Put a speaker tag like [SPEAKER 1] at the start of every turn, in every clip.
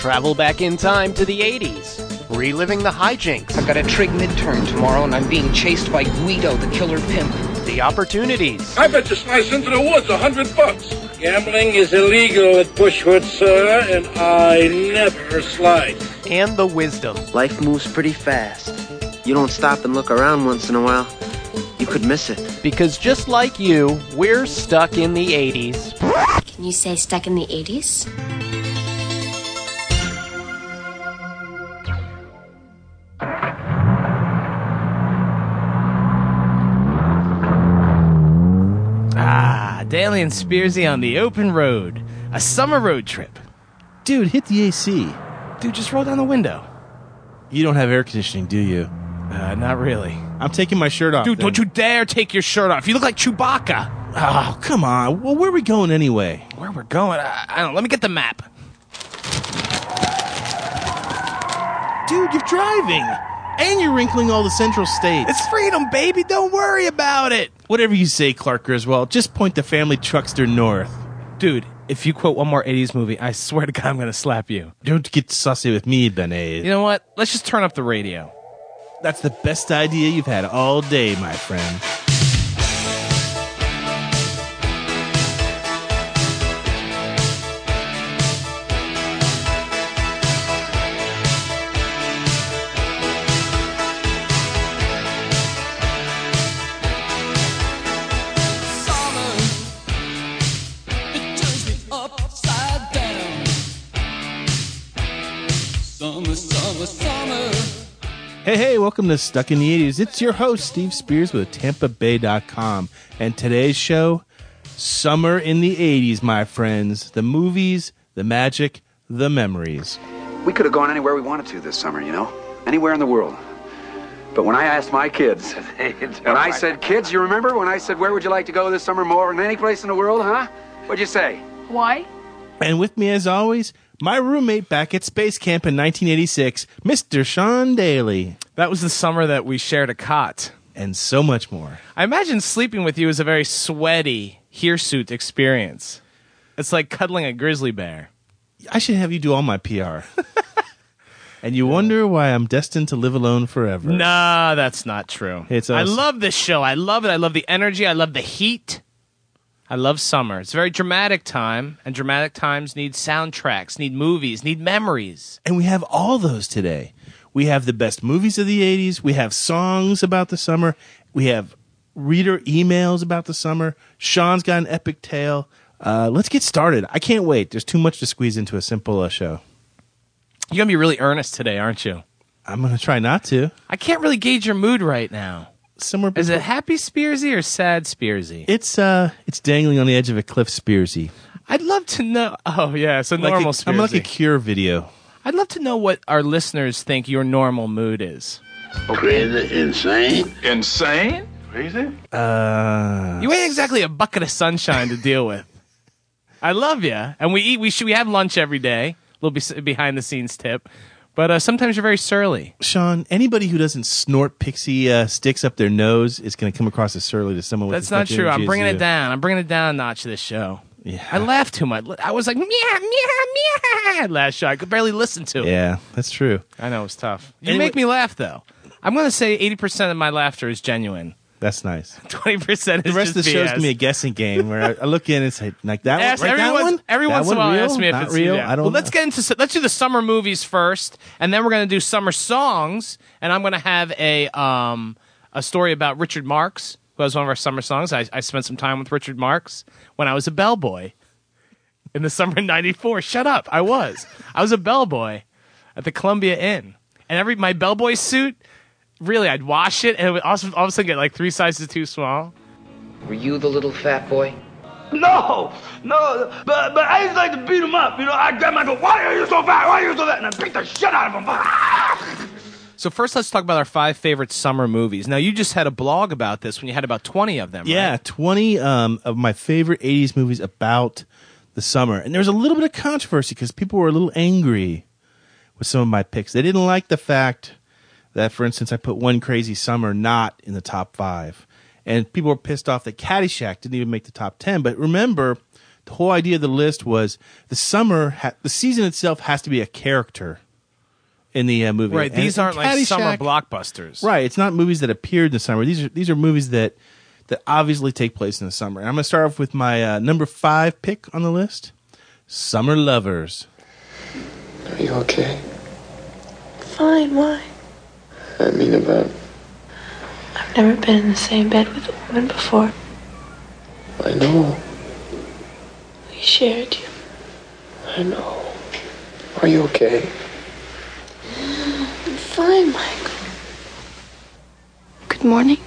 [SPEAKER 1] Travel back in time to the 80s, reliving the hijinks,
[SPEAKER 2] I've got a trig midterm tomorrow, and I'm being chased by Guido, the killer pimp.
[SPEAKER 1] the opportunities,
[SPEAKER 3] I bet you slice into the woods a hundred bucks.
[SPEAKER 4] Gambling is illegal at Bushwood, sir, and I never slide.
[SPEAKER 1] and the wisdom.
[SPEAKER 5] Life moves pretty fast. You don't stop and look around once in a while, you could miss it.
[SPEAKER 1] Because just like you, we're stuck in the 80s.
[SPEAKER 6] Can you say stuck in the 80s?
[SPEAKER 7] Ah, Daly and Spearsy on the open road. A summer road trip.
[SPEAKER 8] Dude, hit the AC.
[SPEAKER 7] Dude, just roll down the window.
[SPEAKER 8] You don't have air conditioning, do you?
[SPEAKER 7] Uh, not really.
[SPEAKER 8] I'm taking my shirt off.
[SPEAKER 7] Dude,
[SPEAKER 8] then.
[SPEAKER 7] don't you dare take your shirt off. You look like Chewbacca.
[SPEAKER 8] Oh, come on. Well, where are we going anyway?
[SPEAKER 7] Where we're going, I, I don't know. Let me get the map.
[SPEAKER 8] Dude, you're driving. And you're wrinkling all the central states.
[SPEAKER 7] It's freedom, baby. Don't worry about it.
[SPEAKER 8] Whatever you say, Clark Griswold, just point the family truckster north.
[SPEAKER 7] Dude, if you quote one more 80s movie, I swear to God, I'm going to slap you.
[SPEAKER 8] Don't get sussy with me, Ben Aid.
[SPEAKER 7] You know what? Let's just turn up the radio.
[SPEAKER 8] That's the best idea you've had all day, my friend. Hey, hey, welcome to Stuck in the 80s. It's your host, Steve Spears with TampaBay.com. And today's show, Summer in the 80s, my friends. The movies, the magic, the memories.
[SPEAKER 9] We could have gone anywhere we wanted to this summer, you know? Anywhere in the world. But when I asked my kids, when I said, kids, you remember when I said, where would you like to go this summer more than any place in the world, huh? What'd you say?
[SPEAKER 10] Why?
[SPEAKER 8] And with me, as always, my roommate back at space camp in 1986, Mr. Sean Daly,
[SPEAKER 7] That was the summer that we shared a cot.
[SPEAKER 8] and so much more.
[SPEAKER 7] I imagine sleeping with you is a very sweaty, hirsute experience. It's like cuddling a grizzly bear.
[SPEAKER 8] I should have you do all my PR. and you wonder why I'm destined to live alone forever.
[SPEAKER 7] Nah, Ah, that's not true.
[SPEAKER 8] It's
[SPEAKER 7] I
[SPEAKER 8] us.
[SPEAKER 7] love this show. I love it. I love the energy. I love the heat. I love summer. It's a very dramatic time, and dramatic times need soundtracks, need movies, need memories.
[SPEAKER 8] And we have all those today. We have the best movies of the 80s. We have songs about the summer. We have reader emails about the summer. Sean's got an epic tale. Uh, let's get started. I can't wait. There's too much to squeeze into a simple uh, show.
[SPEAKER 7] You're gonna be really earnest today, aren't you?
[SPEAKER 8] I'm going to try not to.
[SPEAKER 7] I can't really gauge your mood right now.
[SPEAKER 8] Somewhere
[SPEAKER 7] Is
[SPEAKER 8] between-
[SPEAKER 7] it happy Spearsy or sad Spearsy?
[SPEAKER 8] It's uh, it's dangling on the edge of a cliff, Spearsy.
[SPEAKER 7] I'd love to know. Oh yeah, so
[SPEAKER 8] Like
[SPEAKER 7] normal
[SPEAKER 8] a, I'm like a
[SPEAKER 7] Spearsy.
[SPEAKER 8] Cure video.
[SPEAKER 7] I'd love to know what our listeners think your normal mood is.
[SPEAKER 4] Crazy, insane.
[SPEAKER 3] Insane?
[SPEAKER 8] Uh,
[SPEAKER 7] You ain't exactly a bucket of sunshine to deal with. I love you, and we eat. We should. We have lunch every day. A little be, behind the scenes tip, but uh, sometimes you're very surly.
[SPEAKER 8] Sean, anybody who doesn't snort pixie uh, sticks up their nose is going to come across as surly to someone. with
[SPEAKER 7] That's
[SPEAKER 8] as
[SPEAKER 7] not
[SPEAKER 8] much
[SPEAKER 7] true.
[SPEAKER 8] energy
[SPEAKER 7] I'm
[SPEAKER 8] as
[SPEAKER 7] bringing
[SPEAKER 8] you.
[SPEAKER 7] it down. I'm bringing it down a notch this show.
[SPEAKER 8] Yeah.
[SPEAKER 7] I laughed too much. I was like meow meow meow last show. I could barely listen to it.
[SPEAKER 8] Yeah, that's true.
[SPEAKER 7] I know it was tough. You
[SPEAKER 8] Anyway-
[SPEAKER 7] make me laugh though. I'm gonna say 80 percent of my laughter is genuine.
[SPEAKER 8] That's nice.
[SPEAKER 7] 20 percent is
[SPEAKER 8] The rest of the
[SPEAKER 7] just
[SPEAKER 8] show is
[SPEAKER 7] BS.
[SPEAKER 8] gonna be a guessing game where I, I look in and say like that
[SPEAKER 7] ask
[SPEAKER 8] one, right,
[SPEAKER 7] every
[SPEAKER 8] that
[SPEAKER 7] once-
[SPEAKER 8] one,
[SPEAKER 7] every
[SPEAKER 8] That
[SPEAKER 7] once in a
[SPEAKER 8] one
[SPEAKER 7] while,
[SPEAKER 8] real?
[SPEAKER 7] ask me if
[SPEAKER 8] Not
[SPEAKER 7] it's
[SPEAKER 8] real.
[SPEAKER 7] yeah.
[SPEAKER 8] I don't.
[SPEAKER 7] Well, let's
[SPEAKER 8] know.
[SPEAKER 7] get into let's do the summer movies first, and then we're gonna do summer songs, and I'm gonna have a um a story about Richard Marx, who has one of our summer songs. I, I spent some time with Richard Marx when I was a bellboy in the summer of '94. Shut up, I was I was a bellboy at the Columbia Inn, and every my bellboy suit. Really, I'd wash it, and it would also all of a sudden get like three sizes too small.
[SPEAKER 2] Were you the little fat boy?
[SPEAKER 4] No, no, but but I used to like to beat him up. You know, I grab him, I go, why are you so fat? Why are you so fat? And I beat the shit out of him.
[SPEAKER 7] So first, let's talk about our five favorite summer movies. Now, you just had a blog about this when you had about twenty of them.
[SPEAKER 8] yeah,
[SPEAKER 7] right?
[SPEAKER 8] twenty um, of my favorite '80s movies about the summer, and there was a little bit of controversy because people were a little angry with some of my picks. They didn't like the fact that, for instance, I put One Crazy Summer not in the top five, and people were pissed off that Caddyshack didn't even make the top ten. But remember, the whole idea of the list was the summer, ha- the season itself has to be a character in the uh, movie.
[SPEAKER 7] Right.
[SPEAKER 8] And
[SPEAKER 7] These
[SPEAKER 8] in
[SPEAKER 7] aren't like summer
[SPEAKER 8] Caddyshack-
[SPEAKER 7] blockbusters.
[SPEAKER 8] Right. It's not movies that appeared in the summer. These are these are movies that that obviously take place in the summer. And I'm going to start off with my uh, number five pick on the list: Summer Lovers.
[SPEAKER 10] Are you okay?
[SPEAKER 11] Fine, why?
[SPEAKER 10] I mean about
[SPEAKER 11] I've never been in the same bed with a woman before.
[SPEAKER 10] I know.
[SPEAKER 11] We shared you.
[SPEAKER 10] I know. Are you okay?
[SPEAKER 11] Fine, Michael. Good morning.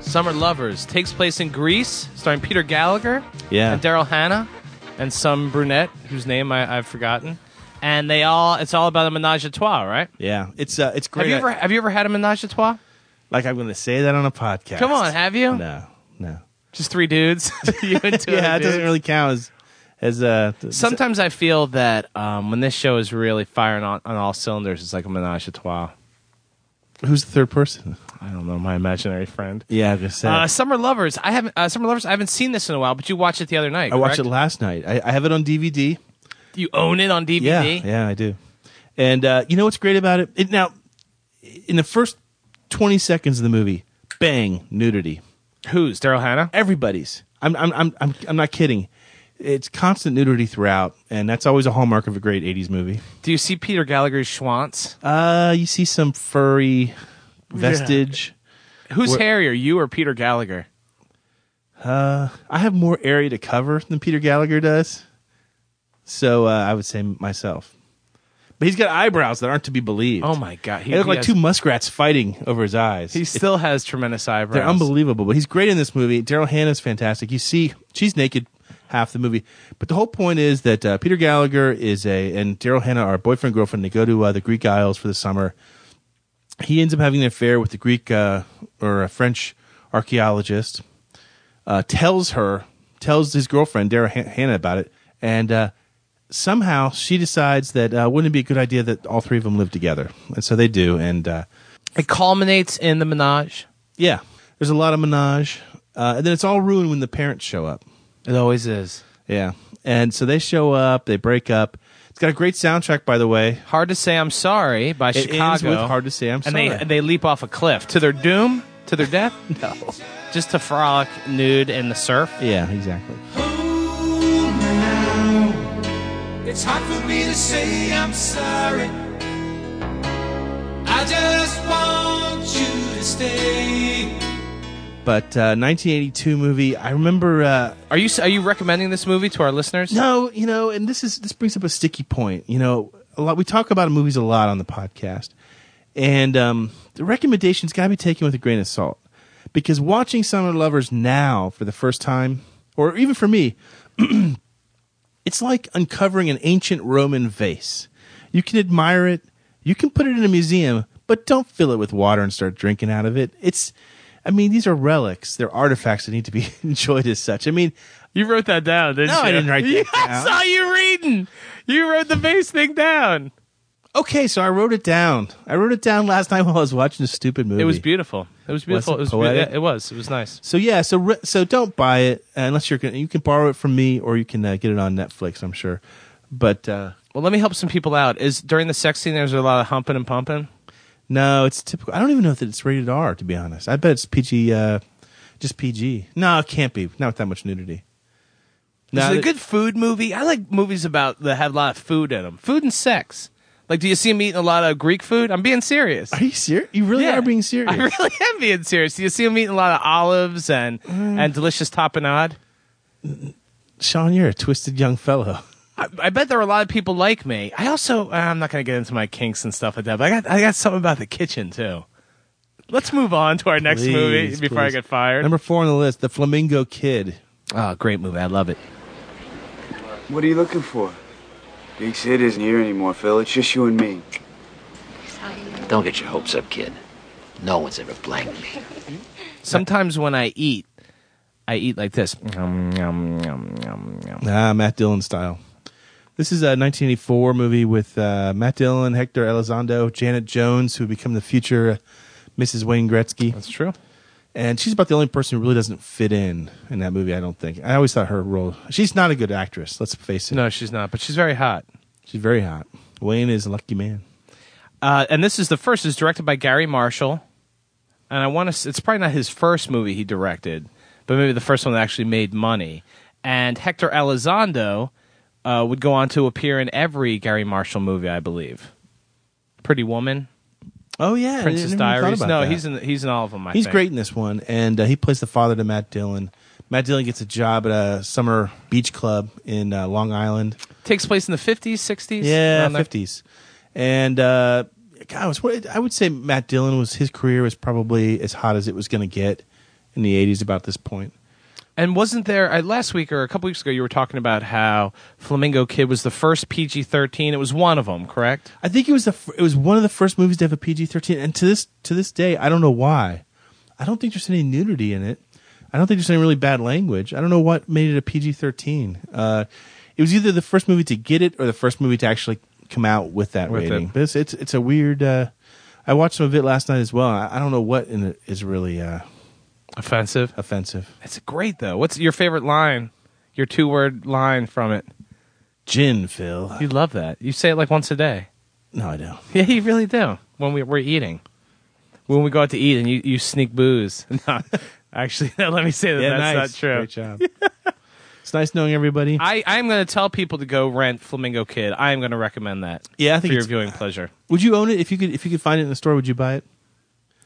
[SPEAKER 7] Summer Lovers takes place in Greece, starring Peter Gallagher
[SPEAKER 8] Yeah.
[SPEAKER 7] and Daryl Hannah and some brunette whose name I, I've forgotten. And they all it's all about a menage a trois, right?
[SPEAKER 8] Yeah. It's uh, it's
[SPEAKER 7] Have
[SPEAKER 8] great.
[SPEAKER 7] you ever have you ever had a menage a trois?
[SPEAKER 8] like I'm going to say that on a podcast.
[SPEAKER 7] Come on, have you?
[SPEAKER 8] No. No.
[SPEAKER 7] Just three dudes. you and two
[SPEAKER 8] yeah,
[SPEAKER 7] other
[SPEAKER 8] it doesn't
[SPEAKER 7] dudes?
[SPEAKER 8] really count as as uh. th-
[SPEAKER 7] Sometimes I feel that um, when this show is really firing on, on all cylinders, it's like a menage a trois.
[SPEAKER 8] who's the third person?
[SPEAKER 7] I don't know, my imaginary friend.
[SPEAKER 8] Yeah, I was gonna say.
[SPEAKER 7] Uh, Summer Lovers. I haven't uh, Summer Lovers. I haven't seen this in a while, but you watched it the other night.
[SPEAKER 8] I watched it
[SPEAKER 7] correct?
[SPEAKER 8] last night. I, I have it on DVD.
[SPEAKER 7] You own it on DVD.
[SPEAKER 8] Yeah, yeah, I do. And uh, you know what's great about it? it? Now, in the first twenty seconds of the movie, bang, nudity.
[SPEAKER 7] Who's Daryl Hannah?
[SPEAKER 8] Everybody's. I'm, I'm, I'm, I'm, I'm not kidding. It's constant nudity throughout, and that's always a hallmark of a great '80s movie.
[SPEAKER 7] Do you see Peter Gallagher's schwanz?
[SPEAKER 8] Uh, you see some furry vestige.
[SPEAKER 7] Who's hairier, you or Peter Gallagher?
[SPEAKER 8] I have more area to cover than Peter Gallagher does, so uh, I would say myself. But he's got eyebrows that aren't to be believed.
[SPEAKER 7] Oh my god,
[SPEAKER 8] They look like
[SPEAKER 7] has-
[SPEAKER 8] two muskrats fighting over his eyes.
[SPEAKER 7] He still has tremendous eyebrows.
[SPEAKER 8] They're unbelievable, but he's great in this movie. Daryl Hannah's fantastic. You see, she's naked half the movie, but the whole point is that uh, Peter Gallagher is a and Daryl Hannah are boyfriend and girlfriend. They go to uh, the Greek Isles for the summer. He ends up having an affair with the Greek uh, or a French archaeologist. Uh, tells her, tells his girlfriend Daryl Han- Hannah about it, and uh, somehow she decides that uh, wouldn't it be a good idea that all three of them live together, and so they do, and. Uh,
[SPEAKER 7] It culminates in the menage.
[SPEAKER 8] yeah, there's a lot of menage, uh, and then it's all ruined when the parents show up.
[SPEAKER 7] It always is.
[SPEAKER 8] Yeah, and so they show up, they break up. It's got a great soundtrack, by the way.
[SPEAKER 7] Hard to say I'm sorry by
[SPEAKER 8] ends
[SPEAKER 7] Chicago.
[SPEAKER 8] with Hard to Say I'm
[SPEAKER 7] and they
[SPEAKER 8] Sorry.
[SPEAKER 7] they leap off a cliff to their doom, to their death. no, just to frolic nude in the surf.
[SPEAKER 8] Yeah, exactly.
[SPEAKER 10] It's hard for me to say I'm sorry. I just want you to stay.
[SPEAKER 8] But uh, 1982 movie. I remember. Uh,
[SPEAKER 7] Are you are you recommending this movie to our listeners?
[SPEAKER 8] no, you know, and this is this brings up a sticky point. You know, a lot we talk about movies a lot on the podcast, and um, the recommendations got to be taken with a grain of salt because watching Summer Lovers now for the first time, or even for me, it's like uncovering an ancient Roman vase. You can admire it, you can put it in a museum, but don't fill it with water and start drinking out of it. It's, I mean, these are relics. They're artifacts that need to be enjoyed as such. I mean,
[SPEAKER 7] you wrote that down, didn't
[SPEAKER 8] No, I
[SPEAKER 7] you?
[SPEAKER 8] didn't write that
[SPEAKER 7] I
[SPEAKER 8] down.
[SPEAKER 7] saw you reading. You wrote the base thing down.
[SPEAKER 8] okay, so I wrote it down. I wrote it down last night while I was watching this stupid movie.
[SPEAKER 7] It was beautiful. It was beautiful.
[SPEAKER 8] it
[SPEAKER 7] it was.
[SPEAKER 8] poetic?
[SPEAKER 7] yeah, it was. It was nice.
[SPEAKER 8] So yeah, so re- so don't buy it unless you're gonna, you can borrow it from me or you can uh, get it on Netflix. I'm sure, but uh,
[SPEAKER 7] Well, let me help some people out. Is during the sex scene there's a lot of humping and pumping?
[SPEAKER 8] no, it's typical. I don't even know that it's rated R. To be honest, I bet it's PG, uh, just PG. No, it can't be. Not with that much nudity.
[SPEAKER 7] Is
[SPEAKER 8] No,
[SPEAKER 7] it a
[SPEAKER 8] that-
[SPEAKER 7] good food movie? I like movies about that have a lot of food in them. Food and sex. Like, do you see him eating a lot of Greek food? I'm being serious.
[SPEAKER 8] Are you serious? You really
[SPEAKER 7] Yeah.
[SPEAKER 8] are being serious.
[SPEAKER 7] I really am being serious. Do you see him eating a lot of olives and
[SPEAKER 8] Mm.
[SPEAKER 7] and delicious tapenade?
[SPEAKER 8] Sean, you're a twisted young fellow.
[SPEAKER 7] I, I bet there are a lot of people like me. I also, uh, I'm not going to get into my kinks and stuff like that, but I got I got something about the kitchen too. Let's move on to our next
[SPEAKER 8] Please,
[SPEAKER 7] movie before I
[SPEAKER 8] please.
[SPEAKER 7] get fired.
[SPEAKER 8] Number four on the list, The Flamingo Kid.
[SPEAKER 7] oh, great movie. I love it.
[SPEAKER 10] What are you looking for? Big Sid isn't here anymore, Phil. It's just you and me.
[SPEAKER 2] Don't get your hopes up, kid. No one's ever blamed me.
[SPEAKER 7] Sometimes when I eat, I eat like this. Yum, yum, yum, yum, yum.
[SPEAKER 8] Ah, Matt Dillon style. This is a 1984 movie with uh, Matt Dillon, Hector Elizondo, Janet Jones, who would become the future uh, Mrs. Wayne Gretzky.
[SPEAKER 7] That's true.
[SPEAKER 8] And she's about the only person who really doesn't fit in in that movie, I don't think. I always thought her role. She's not a good actress, let's face it.
[SPEAKER 7] No, she's not, but she's very hot.
[SPEAKER 8] She's very hot. Wayne is a lucky man.
[SPEAKER 7] Uh, and this is the first. is directed by Gary Marshall, and I want to. It's probably not his first movie he directed, but maybe the first one that actually made money. And Hector Elizondo uh, would go on to appear in every Gary Marshall movie, I believe. Pretty Woman,
[SPEAKER 8] Oh, yeah. I never
[SPEAKER 7] Princess
[SPEAKER 8] even thought
[SPEAKER 7] Diaries.
[SPEAKER 8] about
[SPEAKER 7] No,
[SPEAKER 8] that.
[SPEAKER 7] he's in he's in all of them. I
[SPEAKER 8] he's
[SPEAKER 7] think.
[SPEAKER 8] great in this one, and uh, he plays the father to Matt Dillon. Matt Dillon gets a job at a summer beach club in uh, Long Island.
[SPEAKER 7] Takes place in the fifties, sixties.
[SPEAKER 8] Yeah, fifties, and uh, God, it was what I would say. Matt Dillon was his career was probably as hot as it was going to get in the eighties. About this point,
[SPEAKER 7] And wasn't there I, last week or a couple weeks ago? You were talking about how Flamingo Kid was the first PG thirteen. It was one of them, correct?
[SPEAKER 8] I think it was the f- it was one of the first movies to have a PG thirteen, and to this to this day, I don't know why. I don't think there's any nudity in it. I don't think there's any really bad language. I don't know what made it a PG thirteen. Uh, it was either the first movie to get it or the first movie to actually come out with that
[SPEAKER 7] With it.
[SPEAKER 8] rating. But it's, it's it's a weird. Uh, I watched some of it last night as well. I, I don't know what in it is really uh,
[SPEAKER 7] Offensive.
[SPEAKER 8] offensive.
[SPEAKER 7] It's great though. What's your favorite line? Your two word line from it.
[SPEAKER 8] Gin, Phil.
[SPEAKER 7] You love that. You say it like once a day.
[SPEAKER 8] No, I don't.
[SPEAKER 7] Yeah, you really do. When we, we're eating, when we go out to eat, and you, you sneak booze. No, actually, let me say that that's not true.
[SPEAKER 8] Great job. it's nice knowing everybody.
[SPEAKER 7] I, I'm going to tell people to go rent Flamingo Kid. I am going to recommend that.
[SPEAKER 8] Yeah, I think
[SPEAKER 7] for your
[SPEAKER 8] it's-
[SPEAKER 7] viewing pleasure.
[SPEAKER 8] would you own it if you could? If you could find it in the store, would you buy it?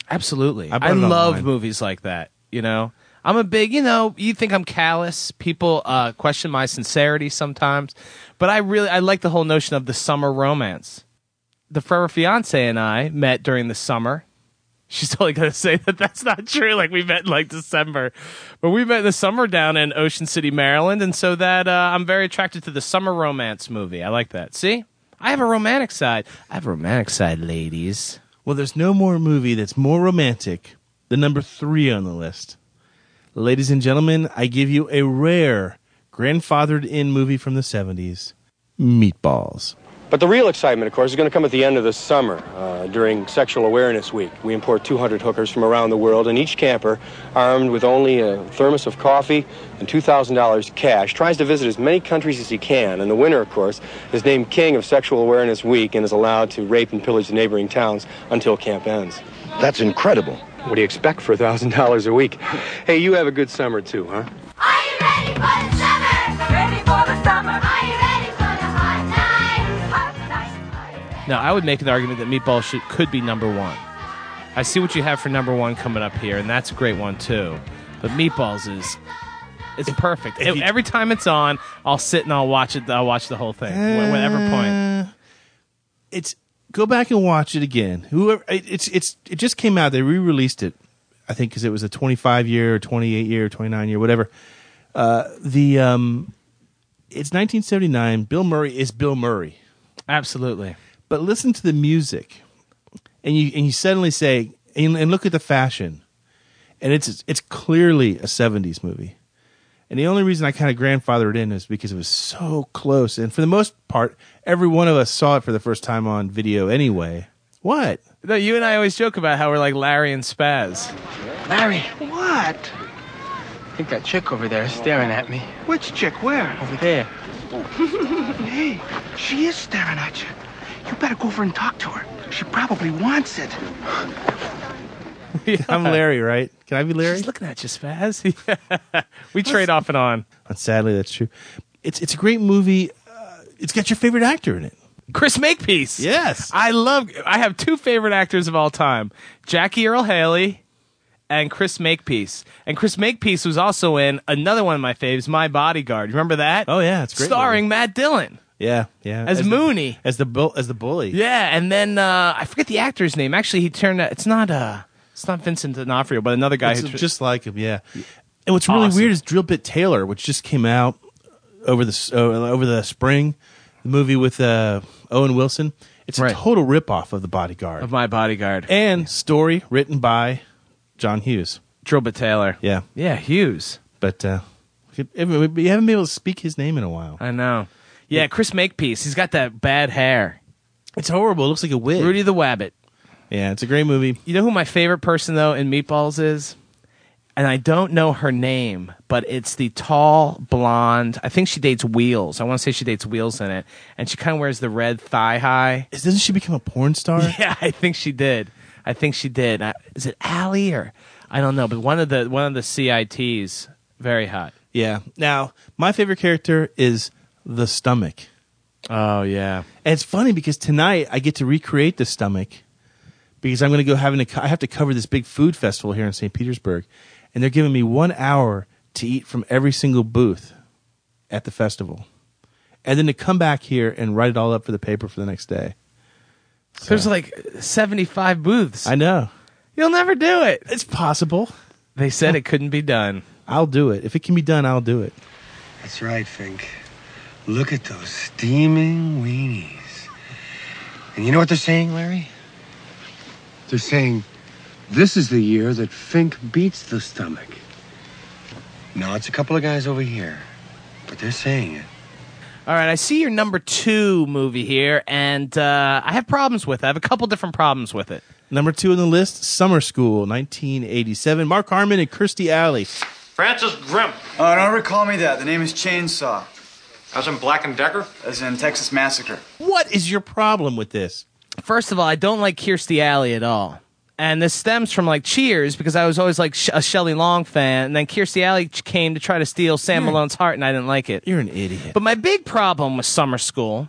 [SPEAKER 7] Absolutely.
[SPEAKER 8] I
[SPEAKER 7] I,
[SPEAKER 8] bought it
[SPEAKER 7] love
[SPEAKER 8] online.
[SPEAKER 7] movies like that, you know. I'm a big, you know, you think I'm callous. People uh, question my sincerity sometimes, but I really I like the whole notion of the summer romance. The forever fiance and I met during the summer. She's totally going to say that that's not true. Like we met in like December, but we met in the summer down in Ocean City, Maryland, and so that uh, I'm very attracted to the summer romance movie. I like that. See, I have a romantic side. I have a romantic side, ladies.
[SPEAKER 8] Well, there's no more movie that's more romantic than number three on the list. Ladies and gentlemen, I give you a rare grandfathered in movie from the 70s Meatballs.
[SPEAKER 12] But the real excitement, of course, is going to come at the end of the summer uh, during Sexual Awareness Week. We import 200 hookers from around the world, and each camper, armed with only a thermos of coffee and $2,000 cash, tries to visit as many countries as he can. And the winner, of course, is named King of Sexual Awareness Week and is allowed to rape and pillage the neighboring towns until camp ends. That's incredible. What do you expect for $1,000 a week? Hey, you have a good summer, too, huh?
[SPEAKER 7] Now, I would make an argument that meatball should, could be number one. I see what you have for number one coming up here, and that's a great one too. But meatballs is it's perfect.
[SPEAKER 8] if you-
[SPEAKER 7] Every time it's on, I'll sit and I'll watch it. I'll watch the whole thing, wh- whatever point.
[SPEAKER 8] It's go back and watch it again. Whoever it- it's it's it just came out. They re-released it, I think, because it was a 25 year, or 28 year, or 29 year, whatever. Uh, the um, it's 1979. Bill Murray is Bill Murray.
[SPEAKER 7] Absolutely.
[SPEAKER 8] but listen to the music and you and you suddenly say and, and look at the fashion and it's it's clearly a 70s movie and the only reason i kind of grandfathered it in is because it was so close and for the most part every one of us saw it for the first time on video anyway what
[SPEAKER 7] No, you and I always joke about how we're like Larry and Spaz.
[SPEAKER 13] Larry, what? I think that chick over there is staring at me. Which chick? Where? Over there. hey, she is staring at you. You better go over and talk to her. She probably wants it.
[SPEAKER 8] i'm larry right can i be larry
[SPEAKER 7] She's looking at you, Spaz. we trade off and on.
[SPEAKER 8] And sadly that's true it's it's a great movie uh, it's got your favorite actor in it
[SPEAKER 7] Chris Makepeace.
[SPEAKER 8] Yes.
[SPEAKER 7] I love I have two favorite actors of all time. Jackie Earl Haley and Chris Makepeace. And Chris Makepeace was also in another one of my faves, My Bodyguard. Remember that?
[SPEAKER 8] Oh, yeah, it's a great
[SPEAKER 7] Starring Matt Dillon.
[SPEAKER 8] yeah yeah
[SPEAKER 7] As Mooney.
[SPEAKER 8] the, as the bull as the bully
[SPEAKER 7] Yeah, and then uh, I forget the actor's name. Actually, he turned out it's not uh it's not Vincent D'Onofrio, but another guy
[SPEAKER 8] It's
[SPEAKER 7] who tr-
[SPEAKER 8] just like him. Yeah. And what's really
[SPEAKER 7] Awesome.
[SPEAKER 8] weird is Drill Bit Taylor, which just came out over the s- uh, over the spring, the movie with uh, Owen Wilson. It's
[SPEAKER 7] Right.
[SPEAKER 8] a total ripoff of The Bodyguard
[SPEAKER 7] of My Bodyguard.
[SPEAKER 8] and story written by John Hughes.
[SPEAKER 7] Drillbit Taylor.
[SPEAKER 8] Yeah,
[SPEAKER 7] Yeah, Hughes.
[SPEAKER 8] but uh, if- if- if you haven't been able to speak his name in a while.
[SPEAKER 7] I know. Yeah, Chris Makepeace. He's got that bad hair.
[SPEAKER 8] It's horrible. It looks like a wig.
[SPEAKER 7] Rudy the Wabbit.
[SPEAKER 8] Yeah, it's a great movie.
[SPEAKER 7] You know who my favorite person though in Meatballs is? and I don't know her name, but it's the tall blonde. I think she dates Wheels. I want to say she dates Wheels in it, and she kind of wears the red thigh high.
[SPEAKER 8] Is doesn't she become a porn star?
[SPEAKER 7] Yeah, I think she did. I think she did. I, is it Allie or I don't know, but one of the one of the CITs very hot.
[SPEAKER 8] Yeah. Now, my favorite character is the stomach.
[SPEAKER 7] Oh yeah.
[SPEAKER 8] And it's funny because tonight I get to recreate the stomach because I'm going to go having to co- I have to cover this big food festival here in St. Petersburg, and they're giving me one hour to eat from every single booth at the festival, and then to come back here and write it all up for the paper for the next day.
[SPEAKER 7] There's like 75 booths.
[SPEAKER 8] I know.
[SPEAKER 7] You'll never do it.
[SPEAKER 8] It's possible.
[SPEAKER 7] They said it couldn't be done.
[SPEAKER 8] I'll do it. If it can be done, I'll do it.
[SPEAKER 13] That's right, Fink. Look at those steaming weenies. And you know what they're saying, Larry? They're saying this is the year that Fink beats the stomach. No, it's a couple of guys over here, but they're saying it.
[SPEAKER 7] All right, I see your number two movie here, and uh, I have problems with it. I have a couple different problems with it.
[SPEAKER 8] Number two on the list, Summer School, 1987. Mark Harmon and Kirstie Alley.
[SPEAKER 14] Francis Grimp.
[SPEAKER 10] Oh, don't recall me that. The name is Chainsaw.
[SPEAKER 14] As in Black and Decker?
[SPEAKER 10] As in Texas Massacre.
[SPEAKER 8] What is your problem with this?
[SPEAKER 7] First of all, I don't like Kirstie Alley at all. And this stems from like Cheers because I was always like sh- a Shelley Long fan, and then Kirstie Alley ch- came to try to steal Sam Malone's heart, and I didn't like it.
[SPEAKER 8] You're an idiot.
[SPEAKER 7] But my big problem with Summer School,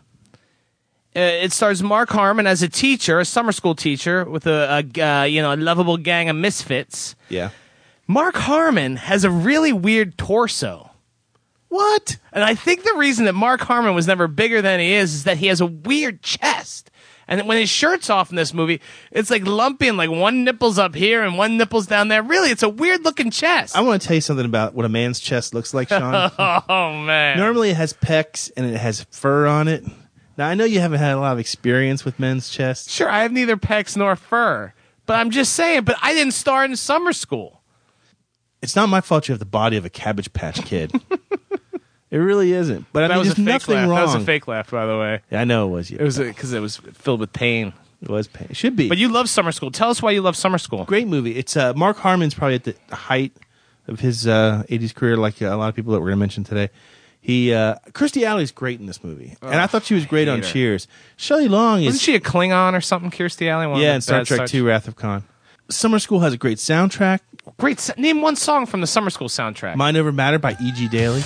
[SPEAKER 7] uh, it stars Mark Harmon as a teacher, a summer school teacher with a, a uh, you know a lovable gang of misfits.
[SPEAKER 8] Yeah.
[SPEAKER 7] Mark Harmon has a really weird torso.
[SPEAKER 8] What?
[SPEAKER 7] And I think the reason that Mark Harmon was never bigger than he is is that he has a weird chest. And when his shirt's off in this movie, it's like lumpy and like one nipple's up here and one nipple's down there. Really, it's a weird looking chest.
[SPEAKER 8] I want to tell you something about what a man's chest looks like, Sean.
[SPEAKER 7] oh man.
[SPEAKER 8] Normally it has pecs and it has fur on it. Now I know you haven't had a lot of experience with men's chests.
[SPEAKER 7] Sure, I have neither pecs nor fur. But I'm just saying, but I didn't star in summer school.
[SPEAKER 8] It's not my fault you have the body of a cabbage patch kid. it really isn't. But I mean, there's nothing wrong.
[SPEAKER 7] fake laugh, by the way.
[SPEAKER 8] Yeah, I know it was you.
[SPEAKER 7] It was because it was filled with pain.
[SPEAKER 8] It was pain. It should be.
[SPEAKER 7] But you love summer school. Tell us why you love summer school.
[SPEAKER 8] great movie. It's uh, Mark Harmon's probably at the height of his uh, '80s career, like uh, a lot of people that we're going to mention today. He uh, Kirstie Alley's great in this movie, and I thought she was great on
[SPEAKER 7] hate her.
[SPEAKER 8] Cheers. Shelley Long is
[SPEAKER 7] Isn't Oh, she a Klingon or something, Kirstie Alley? One of
[SPEAKER 8] yeah,
[SPEAKER 7] the
[SPEAKER 8] in Star
[SPEAKER 7] bad
[SPEAKER 8] Trek II: Wrath of Khan. Summer School has a great soundtrack.
[SPEAKER 7] Great. s- Name one song from the summer school soundtrack.
[SPEAKER 8] Mind Over Matter by E E.G. Daily.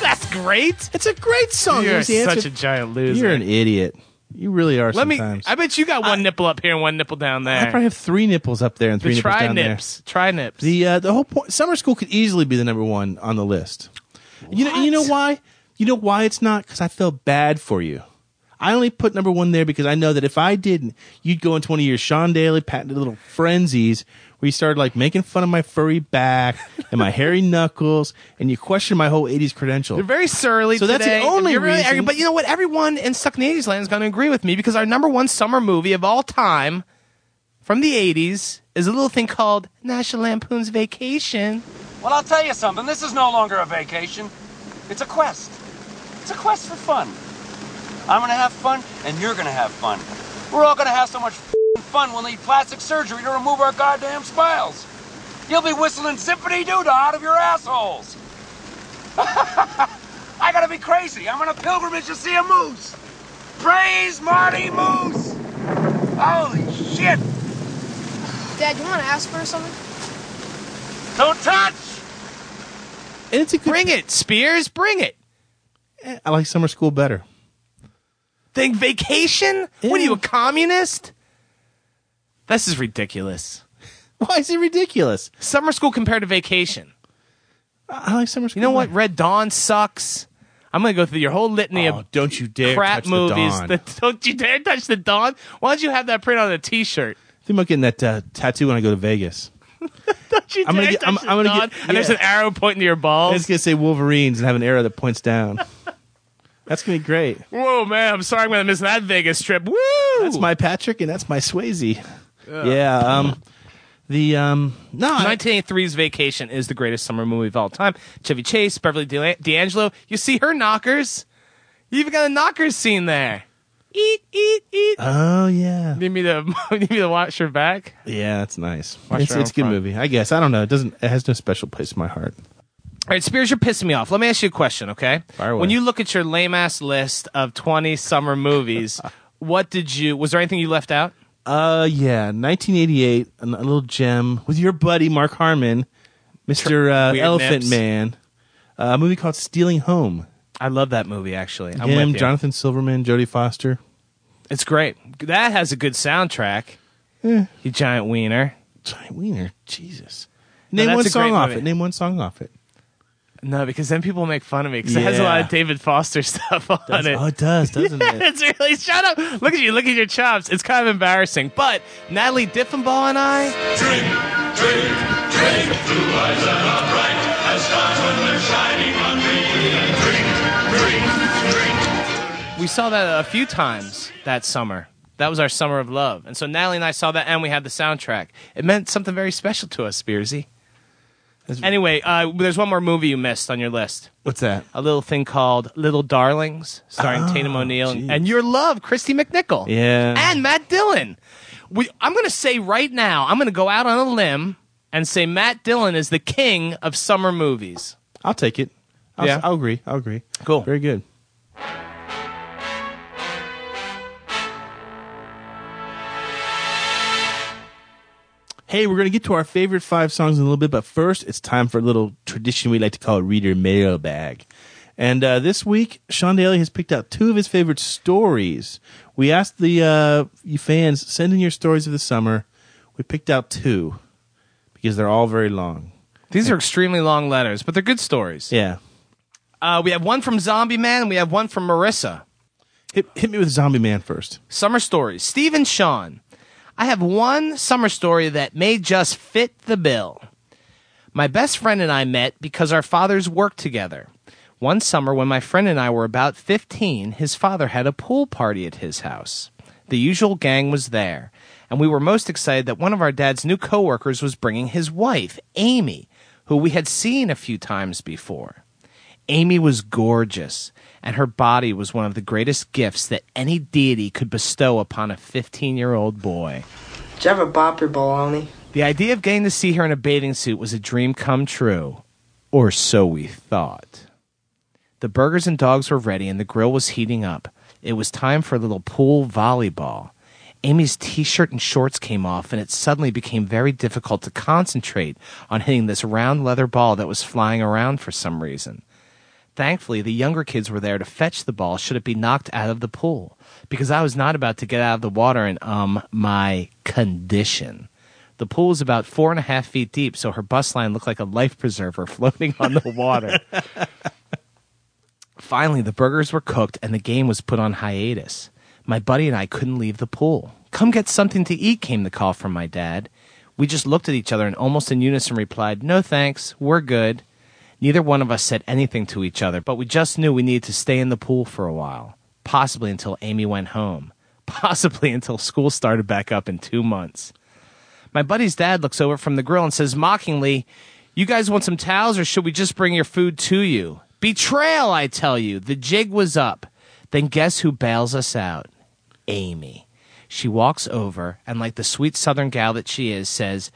[SPEAKER 7] That's great.
[SPEAKER 8] It's a great song.
[SPEAKER 7] You're
[SPEAKER 8] Here's the
[SPEAKER 7] such
[SPEAKER 8] answer.
[SPEAKER 7] a giant loser.
[SPEAKER 8] You're an idiot. You really are.
[SPEAKER 7] Let me.
[SPEAKER 8] sometimes.
[SPEAKER 7] I bet you got one nipple up here and one nipple down
[SPEAKER 8] I
[SPEAKER 7] there.
[SPEAKER 8] probably have three nipples up there and three
[SPEAKER 7] the
[SPEAKER 8] nipples
[SPEAKER 7] tri
[SPEAKER 8] down
[SPEAKER 7] nips. Tri nips.
[SPEAKER 8] there. The uh, the whole point. Summer School could easily be the number one on the list. You know. You know why? You know why it's not? Because I felt bad for you. I only put number one there because I know that if I didn't, you'd go in twenty years. Sean Daly patented little frenzies where you started like making fun of my furry back and my hairy knuckles, and you questioned my whole '80s credential.
[SPEAKER 7] You're very surly.
[SPEAKER 8] So that's the
[SPEAKER 7] today, and
[SPEAKER 8] only
[SPEAKER 7] you're really
[SPEAKER 8] reason-
[SPEAKER 7] angry, But you know what? Everyone in Stuck in the '80s land is going to agree with me because our number one summer movie of all time, from the '80s, is a little thing called National Lampoon's Vacation.
[SPEAKER 15] Well, I'll tell you something. This is no longer a vacation. It's a quest. It's a quest for fun. I'm gonna have fun, and you're gonna have fun. We're all gonna have so much f***ing fun. We'll need plastic surgery to remove our goddamn smiles. You'll be whistling symphony doo out of your assholes. I gotta be crazy. I'm on a pilgrimage to see a moose. Praise Marty Moose. Holy shit!
[SPEAKER 16] Dad, you want to ask for something?
[SPEAKER 15] Don't touch.
[SPEAKER 8] and it's a good.
[SPEAKER 7] Bring it, Spears. Bring it.
[SPEAKER 8] I like Summer School better.
[SPEAKER 7] Think vacation? What are
[SPEAKER 8] Yeah.
[SPEAKER 7] you, a communist? This is ridiculous.
[SPEAKER 8] Why is it ridiculous?
[SPEAKER 7] Summer school compared to vacation.
[SPEAKER 8] I like Summer School.
[SPEAKER 7] You know what?
[SPEAKER 8] better.
[SPEAKER 7] Red Dawn sucks. I'm gonna go through your whole litany
[SPEAKER 8] Oh,
[SPEAKER 7] of
[SPEAKER 8] don't you dare
[SPEAKER 7] crap
[SPEAKER 8] touch the
[SPEAKER 7] movies.
[SPEAKER 8] dawn.
[SPEAKER 7] that don't you dare touch the dawn. Why don't you have that print on a T-shirt?
[SPEAKER 8] think about getting that uh, tattoo when I go to Vegas.
[SPEAKER 7] Don't you
[SPEAKER 8] I'm gonna
[SPEAKER 7] dare
[SPEAKER 8] get-
[SPEAKER 7] touch
[SPEAKER 8] I'm-
[SPEAKER 7] the
[SPEAKER 8] I'm gonna
[SPEAKER 7] dawn.
[SPEAKER 8] get-
[SPEAKER 7] And there's
[SPEAKER 8] yeah.
[SPEAKER 7] an arrow pointing to your
[SPEAKER 8] I
[SPEAKER 7] balls.
[SPEAKER 8] just gonna say Wolverines and have an arrow that points down. that's gonna be great.
[SPEAKER 7] Whoa, man! I'm sorry, I'm gonna miss that Vegas trip. Woo!
[SPEAKER 8] That's my Patrick and that's my Swayze. Yeah. Um, The um no, I-
[SPEAKER 7] 1983's Vacation is the greatest summer movie of all time. Chevy Chase, Beverly D'La- D'Angelo. You see her knockers. You even got a knockers scene there. Eat, eat, eat.
[SPEAKER 8] Oh yeah.
[SPEAKER 7] Need me to need me to watch her back.
[SPEAKER 8] yeah, that's nice.
[SPEAKER 7] Watch
[SPEAKER 8] It's,
[SPEAKER 7] your
[SPEAKER 8] it's a
[SPEAKER 7] own
[SPEAKER 8] good
[SPEAKER 7] front.
[SPEAKER 8] movie, I guess. I don't know. It doesn't. It has no special place in my heart.
[SPEAKER 7] All right, Spears, you're pissing me off. Let me ask you a question, okay?
[SPEAKER 8] away.
[SPEAKER 7] When you look at your lame ass list of 20 summer movies, what did you? Was there anything you left out?
[SPEAKER 8] Uh, yeah, 1988, a n- a little gem with your buddy Mark Harmon, Mister uh,
[SPEAKER 7] Weird
[SPEAKER 8] Elephant
[SPEAKER 7] Nips.
[SPEAKER 8] Man, uh, a movie called Stealing Home.
[SPEAKER 7] I love that movie actually. I'm
[SPEAKER 8] Him,
[SPEAKER 7] with you.
[SPEAKER 8] Jonathan Silverman, Jodie Foster.
[SPEAKER 7] It's great. That has a good soundtrack.
[SPEAKER 8] Yeah.
[SPEAKER 7] You giant wiener.
[SPEAKER 8] Giant wiener. Jesus.
[SPEAKER 7] No,
[SPEAKER 8] Name
[SPEAKER 7] that's
[SPEAKER 8] one
[SPEAKER 7] a great
[SPEAKER 8] song off
[SPEAKER 7] movie.
[SPEAKER 8] it. Name one song off it.
[SPEAKER 7] No, because then people make fun of me because it has a
[SPEAKER 8] Yeah.
[SPEAKER 7] lot of David Foster stuff on
[SPEAKER 8] Does-
[SPEAKER 7] it.
[SPEAKER 8] oh, it does, doesn't
[SPEAKER 7] Yeah,
[SPEAKER 8] it?
[SPEAKER 7] It's really shut up. Look at you, look at your chops. It's kind of embarrassing. But Natalie Diffenbaugh and I, we saw that a few times that summer. That was our summer of love. And so Natalie and I saw that, and we had the soundtrack. It meant something very special to us, Spearsy. Anyway, uh, there's one more movie you missed on your list.
[SPEAKER 8] What's that?
[SPEAKER 7] A little thing called Little Darlings, starring
[SPEAKER 8] Oh,
[SPEAKER 7] Tatum O'Neill and, and your love, Christy McNichol.
[SPEAKER 8] Yeah.
[SPEAKER 7] And Matt Dillon. We, I'm going to say right now, I'm going to go out on a limb and say Matt Dillon is the king of summer movies.
[SPEAKER 8] I'll take it. I'll,
[SPEAKER 7] Yeah.
[SPEAKER 8] I'll agree. I'll agree.
[SPEAKER 7] Cool.
[SPEAKER 8] Very good. Hey, we're going to get to our favorite five songs in a little bit, but first, it's time for a little tradition we like to call Reader Mailbag. And uh, this week, Sean Daly has picked out two of his favorite stories. We asked the uh, you fans, send in your stories of the summer. We picked out two because they're all very long.
[SPEAKER 7] These are extremely long letters, but they're good stories.
[SPEAKER 8] Yeah.
[SPEAKER 7] Uh, we have one from Zombie Man, and we have one from Marissa.
[SPEAKER 8] Hit, hit me with Zombie Man first.
[SPEAKER 7] Summer stories. Steve and Sean. I have one summer story that may just fit the bill. My best friend and I met because our fathers worked together. One summer, when my friend and I were about 15, his father had a pool party at his house. The usual gang was there, and we were most excited that one of our dad's new coworkers was bringing his wife, Amy, who we had seen a few times before. Amy was gorgeous, and her body was one of the greatest gifts that any deity could bestow upon a 15 year old boy.
[SPEAKER 17] Did you ever bop your baloney?
[SPEAKER 7] The idea of getting to see her in a bathing suit was a dream come true, or so we thought. The burgers and dogs were ready, and the grill was heating up. It was time for a little pool volleyball. Amy's t shirt and shorts came off, and it suddenly became very difficult to concentrate on hitting this round leather ball that was flying around for some reason. Thankfully, the younger kids were there to fetch the ball should it be knocked out of the pool, because I was not about to get out of the water in um my condition. The pool was about four and a half feet deep, so her bust line looked like a life preserver floating on the water. Finally, the burgers were cooked and the game was put on hiatus. My buddy and I couldn't leave the pool. Come get something to eat, came the call from my dad. We just looked at each other and almost in unison replied, No thanks, we're good. Neither one of us said anything to each other, but we just knew we needed to stay in the pool for a while, possibly until Amy went home, possibly until school started back up in two months. My buddy's dad looks over from the grill and says mockingly, You guys want some towels or should we just bring your food to you? Betrayal, I tell you. The jig was up. Then guess who bails us out? Amy. She walks over and, like the sweet southern gal that she is, says,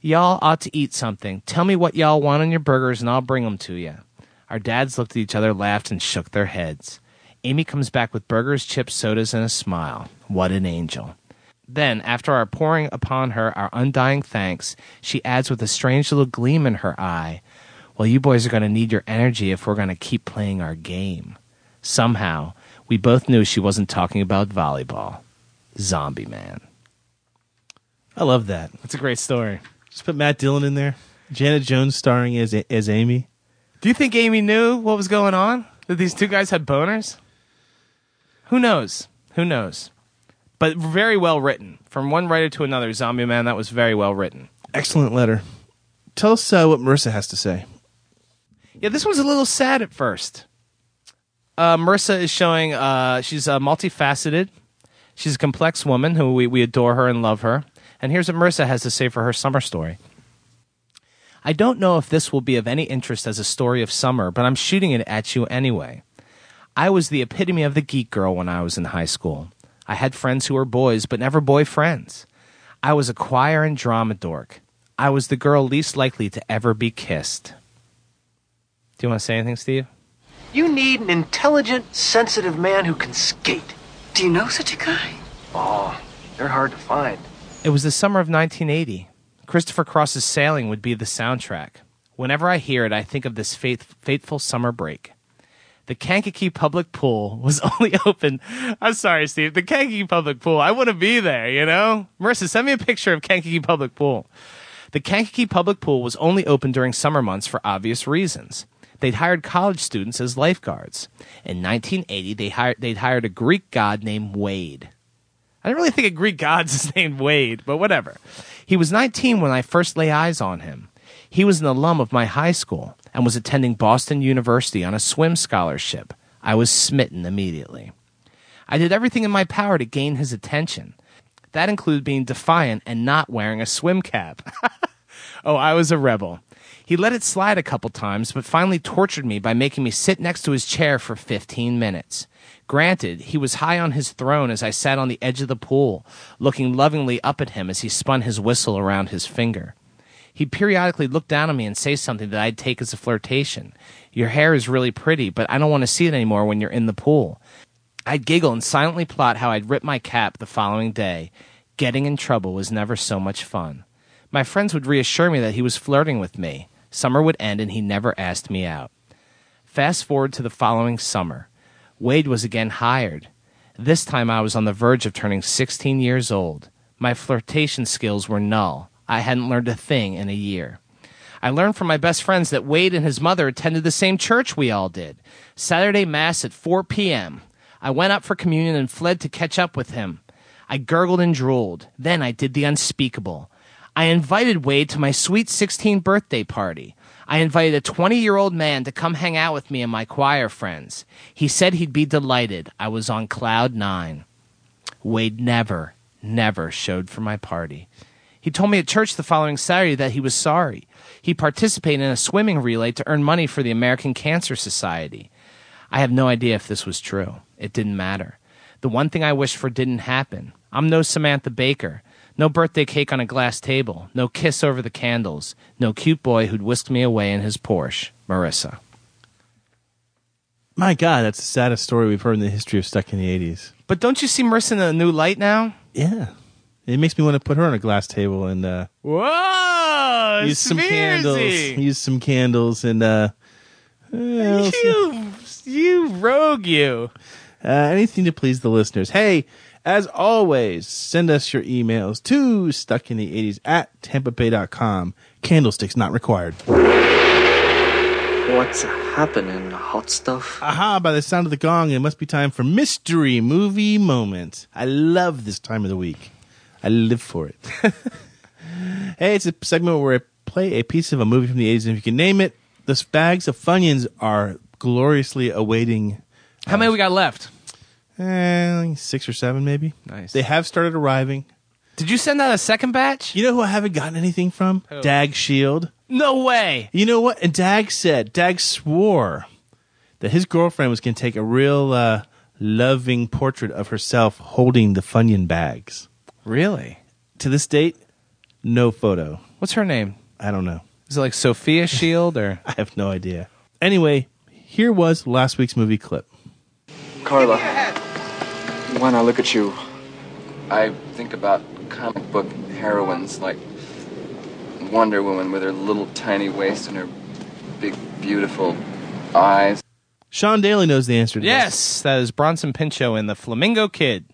[SPEAKER 7] Y'all ought to eat something. Tell me what y'all want on your burgers and I'll bring 'em to you. Our dads looked at each other, laughed, and shook their heads. Amy comes back with burgers, chips, sodas, and a smile. What an angel. Then, after our pouring upon her our undying thanks, she adds with a strange little gleam in her eye, Well, you boys are going to need your energy if we're going to keep playing our game. Somehow, we both knew she wasn't talking about volleyball. Zombie Man.
[SPEAKER 8] I love that.
[SPEAKER 7] That's a great story.
[SPEAKER 8] Just put Matt Dillon in there. Janet Jones starring as as Amy.
[SPEAKER 7] Do you think Amy knew what was going on? That these two guys had boners? Who knows? Who knows? But very well written. From one writer to another, Zombie Man, that was very well written.
[SPEAKER 8] Excellent letter. Tell us uh, what Marissa has to say.
[SPEAKER 7] Yeah, this one's a little sad at first. Uh, Marissa is showing uh, she's uh, multifaceted. She's a complex woman who we, we adore her and love her. And here's what Marissa has to say for her summer story. I don't know if this will be of any interest as a story of summer, but I'm shooting it at you anyway. I was the epitome of the geek girl when I was in high school. I had friends who were boys, but never boyfriends. I was a choir and drama dork. I was the girl least likely to ever be kissed. Do you want to say anything, Steve?
[SPEAKER 2] You need an intelligent, sensitive man who can skate. Do you know such a guy? Oh, they're hard to find.
[SPEAKER 7] It was the summer of 1980. Christopher Cross's Sailing would be the soundtrack. Whenever I hear it, I think of this faith, fateful summer break. The Kankakee Public Pool was only open. I'm sorry, Steve. The Kankakee Public Pool. I want to be there, you know? Marissa, send me a picture of Kankakee Public Pool. The Kankakee Public Pool was only open during summer months for obvious reasons. They'd hired college students as lifeguards. In 1980, they hired, they'd hired a Greek god named Wade. I didn't really think a Greek god's is named Wade, but whatever. He was 19 when I first lay eyes on him. He was an alum of my high school and was attending Boston University on a swim scholarship. I was smitten immediately. I did everything in my power to gain his attention. That included being defiant and not wearing a swim cap. oh, I was a rebel. He let it slide a couple times, but finally tortured me by making me sit next to his chair for 15 minutes. Granted, he was high on his throne as I sat on the edge of the pool, looking lovingly up at him as he spun his whistle around his finger. He'd periodically look down on me and say something that I'd take as a flirtation. Your hair is really pretty, but I don't want to see it anymore when you're in the pool. I'd giggle and silently plot how I'd rip my cap the following day. Getting in trouble was never so much fun. My friends would reassure me that he was flirting with me. Summer would end and he never asked me out. Fast forward to the following summer. Wade was again hired. This time I was on the verge of turning 16 years old. My flirtation skills were null. I hadn't learned a thing in a year. I learned from my best friends that Wade and his mother attended the same church we all did. Saturday Mass at 4 p.m. I went up for communion and fled to catch up with him. I gurgled and drooled. Then I did the unspeakable. I invited Wade to my sweet 16th birthday party. I invited a 20 year old man to come hang out with me and my choir friends. He said he'd be delighted. I was on cloud nine. Wade never, never showed for my party. He told me at church the following Saturday that he was sorry. He participated in a swimming relay to earn money for the American Cancer Society. I have no idea if this was true. It didn't matter. The one thing I wished for didn't happen. I'm no Samantha Baker. No birthday cake on a glass table. No kiss over the candles. No cute boy who'd whisked me away in his Porsche. Marissa.
[SPEAKER 8] My God, that's the saddest story we've heard in the history of Stuck in the 80s.
[SPEAKER 7] But don't you see Marissa in a new light now?
[SPEAKER 8] Yeah. It makes me want to put her on a glass table and uh,
[SPEAKER 7] Whoa!
[SPEAKER 8] use some
[SPEAKER 7] Spearsy!
[SPEAKER 8] candles. Use some candles and uh, well,
[SPEAKER 7] You, you rogue, you.
[SPEAKER 8] Uh, anything to please the listeners. Hey, as always, send us your emails to stuckinthe80s at tampabay.com. Candlesticks not required.
[SPEAKER 5] What's happening, hot stuff?
[SPEAKER 8] Aha, by the sound of the gong, it must be time for Mystery Movie Moment. I love this time of the week. I live for it. hey, it's a segment where I play a piece of a movie from the 80s, and if you can name it, the bags of Funyuns are gloriously awaiting
[SPEAKER 7] How many we got left?
[SPEAKER 8] eh, six or seven, maybe.
[SPEAKER 7] Nice.
[SPEAKER 8] They have started arriving.
[SPEAKER 7] Did you send out a second batch?
[SPEAKER 8] You know who I haven't gotten anything from?
[SPEAKER 7] Who?
[SPEAKER 8] Dag Shield.
[SPEAKER 7] No way.
[SPEAKER 8] You know what? And Dag said, Dag swore that his girlfriend was going to take a real uh, loving portrait of herself holding the Funyun bags.
[SPEAKER 7] Really?
[SPEAKER 8] To this date, no photo.
[SPEAKER 7] What's her name?
[SPEAKER 8] I don't know.
[SPEAKER 7] Is it like Sophia Shield or?
[SPEAKER 8] I have no idea. Anyway, here was last week's movie clip.
[SPEAKER 9] Carla, when I look at you, I think about comic book heroines like Wonder Woman with her little tiny waist and her big, beautiful eyes.
[SPEAKER 8] Sean Daly knows the answer to this.
[SPEAKER 7] yes, that is Bronson Pinchot in the Flamingo Kid.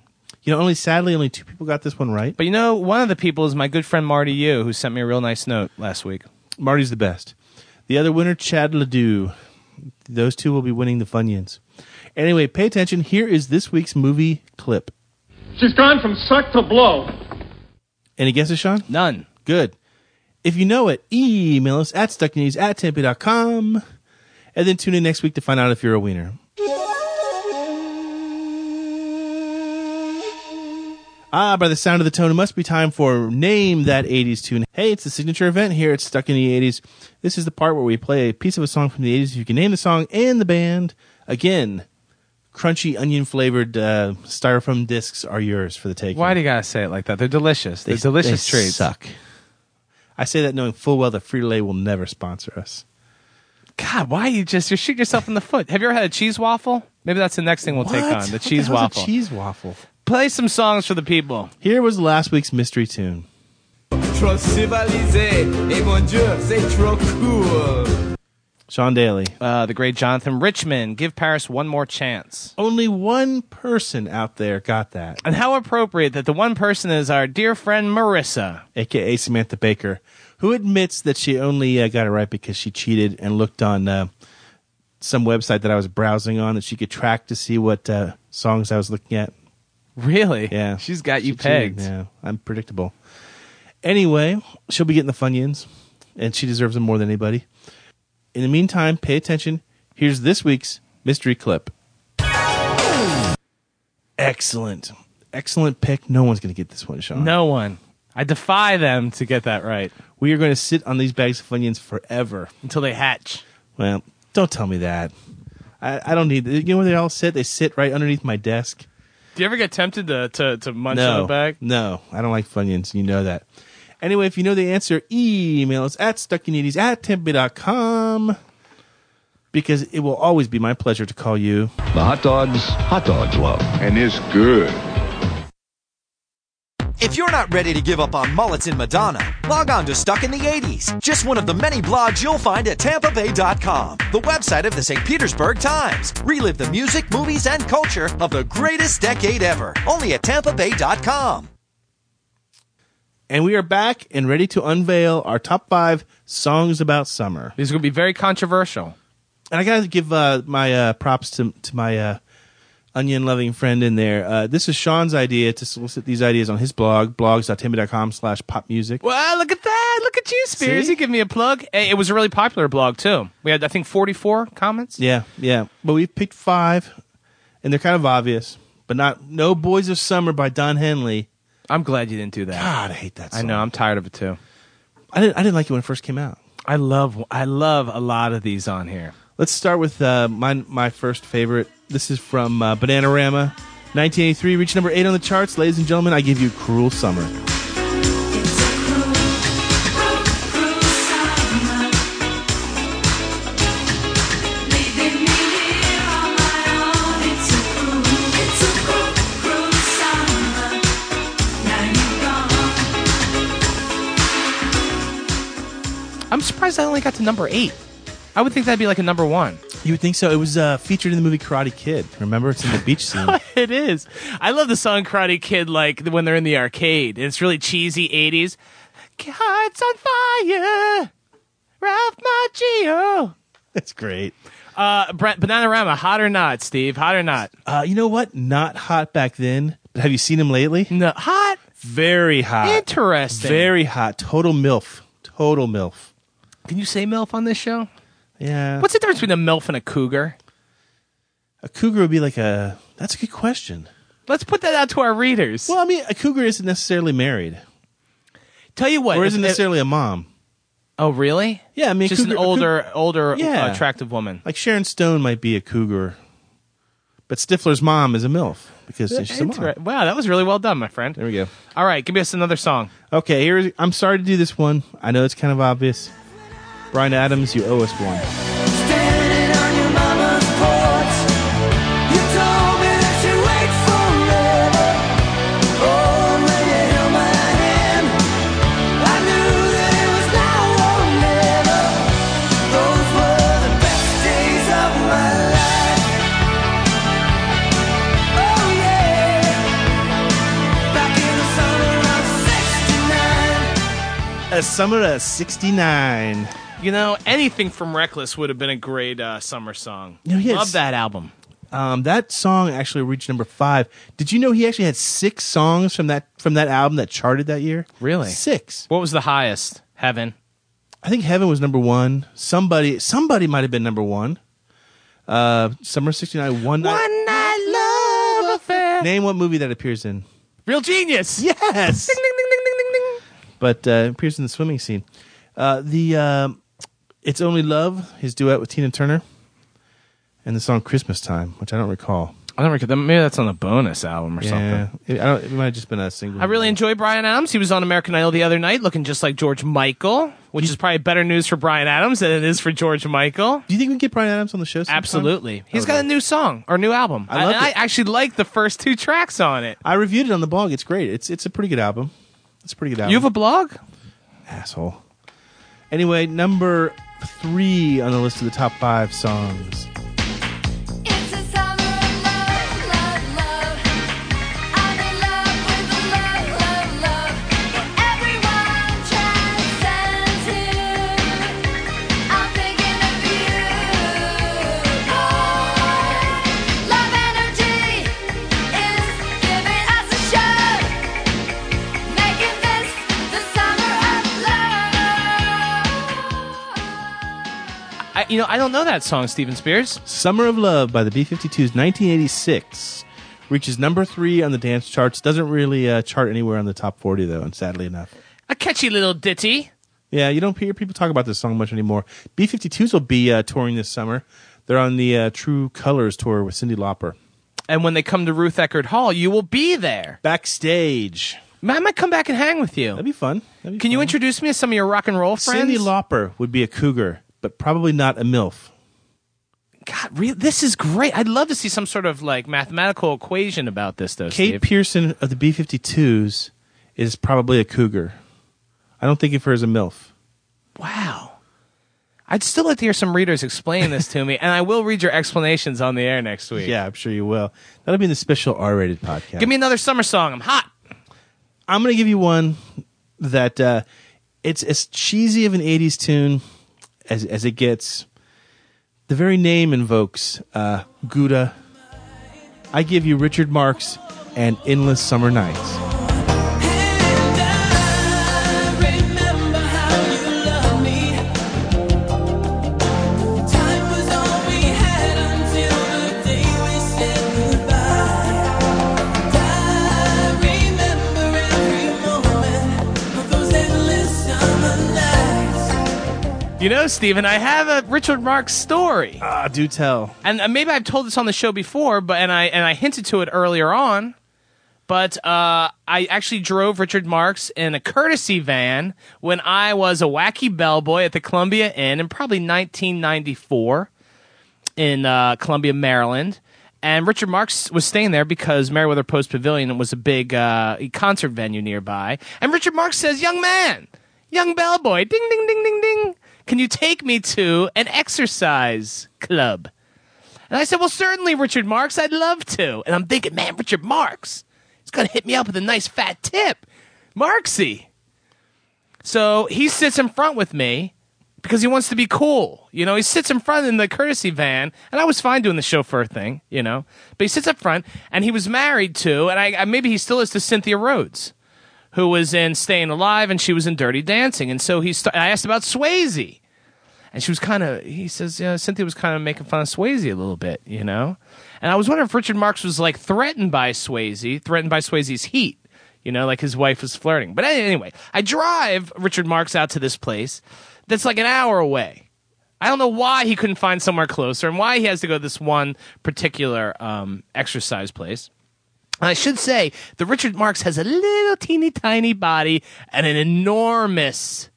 [SPEAKER 8] You know, only sadly, only two people got this one right.
[SPEAKER 7] But you know, one of the people is my good friend Marty Yu, who sent me a real nice note last week.
[SPEAKER 8] Marty's the best. The other winner, Chad Ledoux. Those two will be winning the Funyuns. Anyway, pay attention. Here is this week's movie clip.
[SPEAKER 18] She's gone from suck to blow.
[SPEAKER 8] Any guesses, Sean?
[SPEAKER 7] None.
[SPEAKER 8] Good. If you know it, email us at stuckinese at tempe.com. And then tune in next week to find out if you're a wiener. Ah, by the sound of the tone, it must be time for Name That 80s Tune. Hey, it's the signature event here It's Stuck in the 80s. This is the part where we play a piece of a song from the 80s. You can name the song and the band. Again, crunchy onion flavored uh, styrofoam discs are yours for the taking.
[SPEAKER 7] Why do you gotta say it like that? They're delicious. They're delicious
[SPEAKER 8] they
[SPEAKER 7] treats.
[SPEAKER 8] suck. I say that knowing full well that Frito Lay will never sponsor us.
[SPEAKER 7] God, why you just you're shooting yourself in the foot? Have you ever had a cheese waffle? Maybe that's the next thing we'll take
[SPEAKER 8] What?
[SPEAKER 7] on the
[SPEAKER 8] What the hell's
[SPEAKER 7] cheese
[SPEAKER 8] a
[SPEAKER 7] waffle.
[SPEAKER 8] cheese waffle.
[SPEAKER 7] Play some songs for the people.
[SPEAKER 8] Here was last week's mystery tune.
[SPEAKER 19] Trop civilisé, et mon dieu, c'est trop cool.
[SPEAKER 8] Sean Daly.
[SPEAKER 7] Uh, the great Jonathan Richmond. Give Paris one more chance.
[SPEAKER 8] Only one person out there got that.
[SPEAKER 7] And how appropriate that the one person is our dear friend Marissa.
[SPEAKER 8] aka Samantha Baker, who admits that she only uh, got it right because she cheated and looked on uh, some website that I was browsing on that she could track to see what uh, songs I was looking at.
[SPEAKER 7] Really?
[SPEAKER 8] Yeah,
[SPEAKER 7] She's got you
[SPEAKER 8] She cheated,
[SPEAKER 7] pegged.
[SPEAKER 8] Yeah, I'm predictable. Anyway, she'll be getting the Funyuns, and she deserves them more than anybody. In the meantime, pay attention. Here's this week's mystery clip. Excellent, excellent pick. No one's going to get this one, Sean.
[SPEAKER 7] No one. I defy them to get that right.
[SPEAKER 8] We are going to sit on these bags of Funyuns forever
[SPEAKER 7] until they hatch.
[SPEAKER 8] Well, don't tell me that. I, I don't need. You know where they all sit? They sit right underneath my desk.
[SPEAKER 7] Do you ever get tempted to to, to munch
[SPEAKER 8] no,
[SPEAKER 7] on the bag?
[SPEAKER 8] no, I don't like Funyuns. You know that. Anyway, if you know the answer, email us at stuckinities at tempe.com because it will always be my pleasure to call you.
[SPEAKER 20] The hot dogs, hot dogs love.
[SPEAKER 3] And it's good.
[SPEAKER 21] If you're not ready to give up on mullets and Madonna, log on to Stuck in the 80s, just one of the many blogs you'll find at TampaBay.com, the website of the St. Petersburg Times. Relive the music, movies, and culture of the greatest decade ever, only at TampaBay.com.
[SPEAKER 8] And we are back and ready to unveil our top five songs about summer.
[SPEAKER 7] These are going to be very controversial.
[SPEAKER 8] And I got to give uh, my uh, props to, to my uh, onion loving friend in there. Uh, this is Sean's idea to solicit these ideas on his blog, blogs.timmy.com slash pop music.
[SPEAKER 7] Well, look at that. Look at you, Spears.
[SPEAKER 8] See?
[SPEAKER 7] You give me a plug. Hey, It was a really popular blog, too. We had, I think, 44 comments.
[SPEAKER 8] Yeah, yeah. But we've picked five, and they're kind of obvious, but not No Boys of Summer by Don Henley.
[SPEAKER 7] I'm glad you didn't do that.
[SPEAKER 8] God, I hate that
[SPEAKER 7] I
[SPEAKER 8] song.
[SPEAKER 7] know. I'm tired of it, too.
[SPEAKER 8] I didn't, I didn't like it when it first came out.
[SPEAKER 7] I love I love a lot of these on here.
[SPEAKER 8] Let's start with uh, my, my first favorite. This is from uh, Bananarama, 1983, reached number eight on the charts. Ladies and gentlemen, I give you Cruel Summer.
[SPEAKER 7] I'm surprised I only got to number eight. I would think that'd be like a number one.
[SPEAKER 8] You would think so. It was uh, featured in the movie Karate Kid. Remember, it's in the beach scene.
[SPEAKER 7] it is. I love the song Karate Kid, like when they're in the arcade. It's really cheesy 80s. Hearts on fire, Ralph Macchio.
[SPEAKER 8] That's great.
[SPEAKER 7] Uh, Brent, Bananarama, hot or not, Steve? Hot or not?
[SPEAKER 8] Uh, you know what? Not hot back then. But have you seen him lately?
[SPEAKER 7] No, hot.
[SPEAKER 8] Very hot.
[SPEAKER 7] Interesting.
[SPEAKER 8] Uh, Very hot. Total milf. Total milf.
[SPEAKER 7] Can you say MILF on this show?
[SPEAKER 8] Yeah.
[SPEAKER 7] What's the difference between a MILF and a cougar?
[SPEAKER 8] a cougar would be like a? That's a good question.
[SPEAKER 7] Let's put that out to our readers.
[SPEAKER 8] Well, I mean, a cougar isn't necessarily married,
[SPEAKER 7] Tell you what,
[SPEAKER 8] or isn't
[SPEAKER 7] if-
[SPEAKER 8] necessarily a mom.
[SPEAKER 7] Oh, really?
[SPEAKER 8] Yeah, I mean,
[SPEAKER 7] just
[SPEAKER 8] cougar-
[SPEAKER 7] an older, older,
[SPEAKER 8] Yeah.
[SPEAKER 7] attractive woman.
[SPEAKER 8] Like Sharon Stone might be a cougar, but Stifler's mom is a milf because she's a mom.
[SPEAKER 7] Inter- Wow, that was really well done, my friend.
[SPEAKER 8] There we go.
[SPEAKER 7] All right, give me us another song.
[SPEAKER 8] Okay, here's. I'm sorry to do this one. I know it's kind of obvious. Brian Adams, you owe us one.
[SPEAKER 21] Oh,
[SPEAKER 8] A summer of '69.
[SPEAKER 7] You know, anything from Reckless would have been a great uh, summer song.
[SPEAKER 8] No, he had
[SPEAKER 7] Love
[SPEAKER 8] s-
[SPEAKER 7] that album.
[SPEAKER 8] Um, that song actually reached number five. Did you know he actually had six songs from that from that album that charted that year?
[SPEAKER 7] Really?
[SPEAKER 8] Six.
[SPEAKER 7] What was the highest? Heaven.
[SPEAKER 8] I think Heaven was number one. Somebody somebody might have been number one. Uh, Summer '69. One night.
[SPEAKER 7] night love affair.
[SPEAKER 8] Name what movie that appears in.
[SPEAKER 7] Real genius.
[SPEAKER 8] Yes. but uh, appears in the swimming scene. Uh, the um "It's Only Love" his duet with Tina Turner, and the song "Christmas Time," which I don't recall.
[SPEAKER 7] I don't recall. Maybe that's on a bonus album or something.
[SPEAKER 8] It, I don't, it might have just been a single.
[SPEAKER 7] I really enjoy Brian Adams. He was on American Idol the other night, looking just like George Michael, which is probably better news for Brian Adams than it is for George Michael.
[SPEAKER 8] Do you think we can get Brian Adams on the show? Sometime?
[SPEAKER 7] Absolutely, he's got a new song or new album.
[SPEAKER 8] I loved
[SPEAKER 7] and I
[SPEAKER 8] it.
[SPEAKER 7] actually like the first two tracks on it.
[SPEAKER 8] I reviewed it on the blog. It's great. It's it's a pretty good album. It's a pretty good album.
[SPEAKER 7] You have a blog?
[SPEAKER 8] asshole. Anyway, number three on the list of the top five songs.
[SPEAKER 7] I, you know, I don't know that song, Steven Spears.
[SPEAKER 8] Summer of Love by the B 52s, 1986. Reaches number three on the dance charts. Doesn't really uh, chart anywhere on the top 40, though, and sadly enough.
[SPEAKER 7] A catchy little ditty.
[SPEAKER 8] Yeah, you don't hear people talk about this song much anymore. B 52s will be uh, touring this summer. They're on the uh, True Colors tour with Cindy Lauper.
[SPEAKER 7] And when they come to Ruth Eckerd Hall, you will be there
[SPEAKER 8] backstage.
[SPEAKER 7] I might come back and hang with you. That'd
[SPEAKER 8] be fun.
[SPEAKER 7] Can you introduce me to some of your rock and roll friends?
[SPEAKER 8] Cindy Lauper would be a cougar, but probably not a MILF.
[SPEAKER 7] God, re- this is great. I'd love to see some sort of like mathematical equation about this, though.
[SPEAKER 8] Kate
[SPEAKER 7] Steve.
[SPEAKER 8] Pearson of the B 52s is probably a cougar. I don't think of her as a MILF.
[SPEAKER 7] Wow. I'd still like to hear some readers explain this to me, and I will read your explanations on the air next week.
[SPEAKER 8] Yeah, I'm sure you will. That'll be in the special R rated podcast.
[SPEAKER 7] Give me another summer song. I'm hot.
[SPEAKER 8] I'm going to give you one that uh, it's as cheesy of an 80s tune as, as it gets. The very name invokes uh, Gouda. I give you Richard Marks and Endless Summer Nights.
[SPEAKER 7] You know, Steven, I have a Richard Marx story.
[SPEAKER 8] Ah, do tell.
[SPEAKER 7] And uh, maybe I've told this on the show before, but and I and I hinted to it earlier on. But uh, I actually drove Richard Marx in a courtesy van when I was a wacky bellboy at the Columbia Inn in probably 1994 in uh, Columbia, Maryland. And Richard Marx was staying there because Meriwether Post Pavilion was a big uh, concert venue nearby. And Richard Marx says, Young man, young bellboy, ding, ding, ding, ding, ding, can you take me to an exercise club? And I said, Well, certainly, Richard Marks, I'd love to. And I'm thinking, Man, Richard Marks, he's going to hit me up with a nice fat tip. Marksy. So he sits in front with me because he wants to be cool. You know, he sits in front in the courtesy van, and I was fine doing the chauffeur thing, you know, but he sits up front, and he was married to, and I, I maybe he still is to Cynthia Rhodes who was in Staying Alive and she was in Dirty Dancing. And so he sta- I asked about Swayze. And she was kind of, he says, you know, Cynthia was kind of making fun of Swayze a little bit, you know? And I was wondering if Richard Marx was like threatened by Swayze, threatened by Swayze's heat, you know, like his wife was flirting. But any- anyway, I drive Richard Marx out to this place that's like an hour away. I don't know why he couldn't find somewhere closer and why he has to go to this one particular um, exercise place. I should say that Richard Marx has a little teeny tiny body and an enormous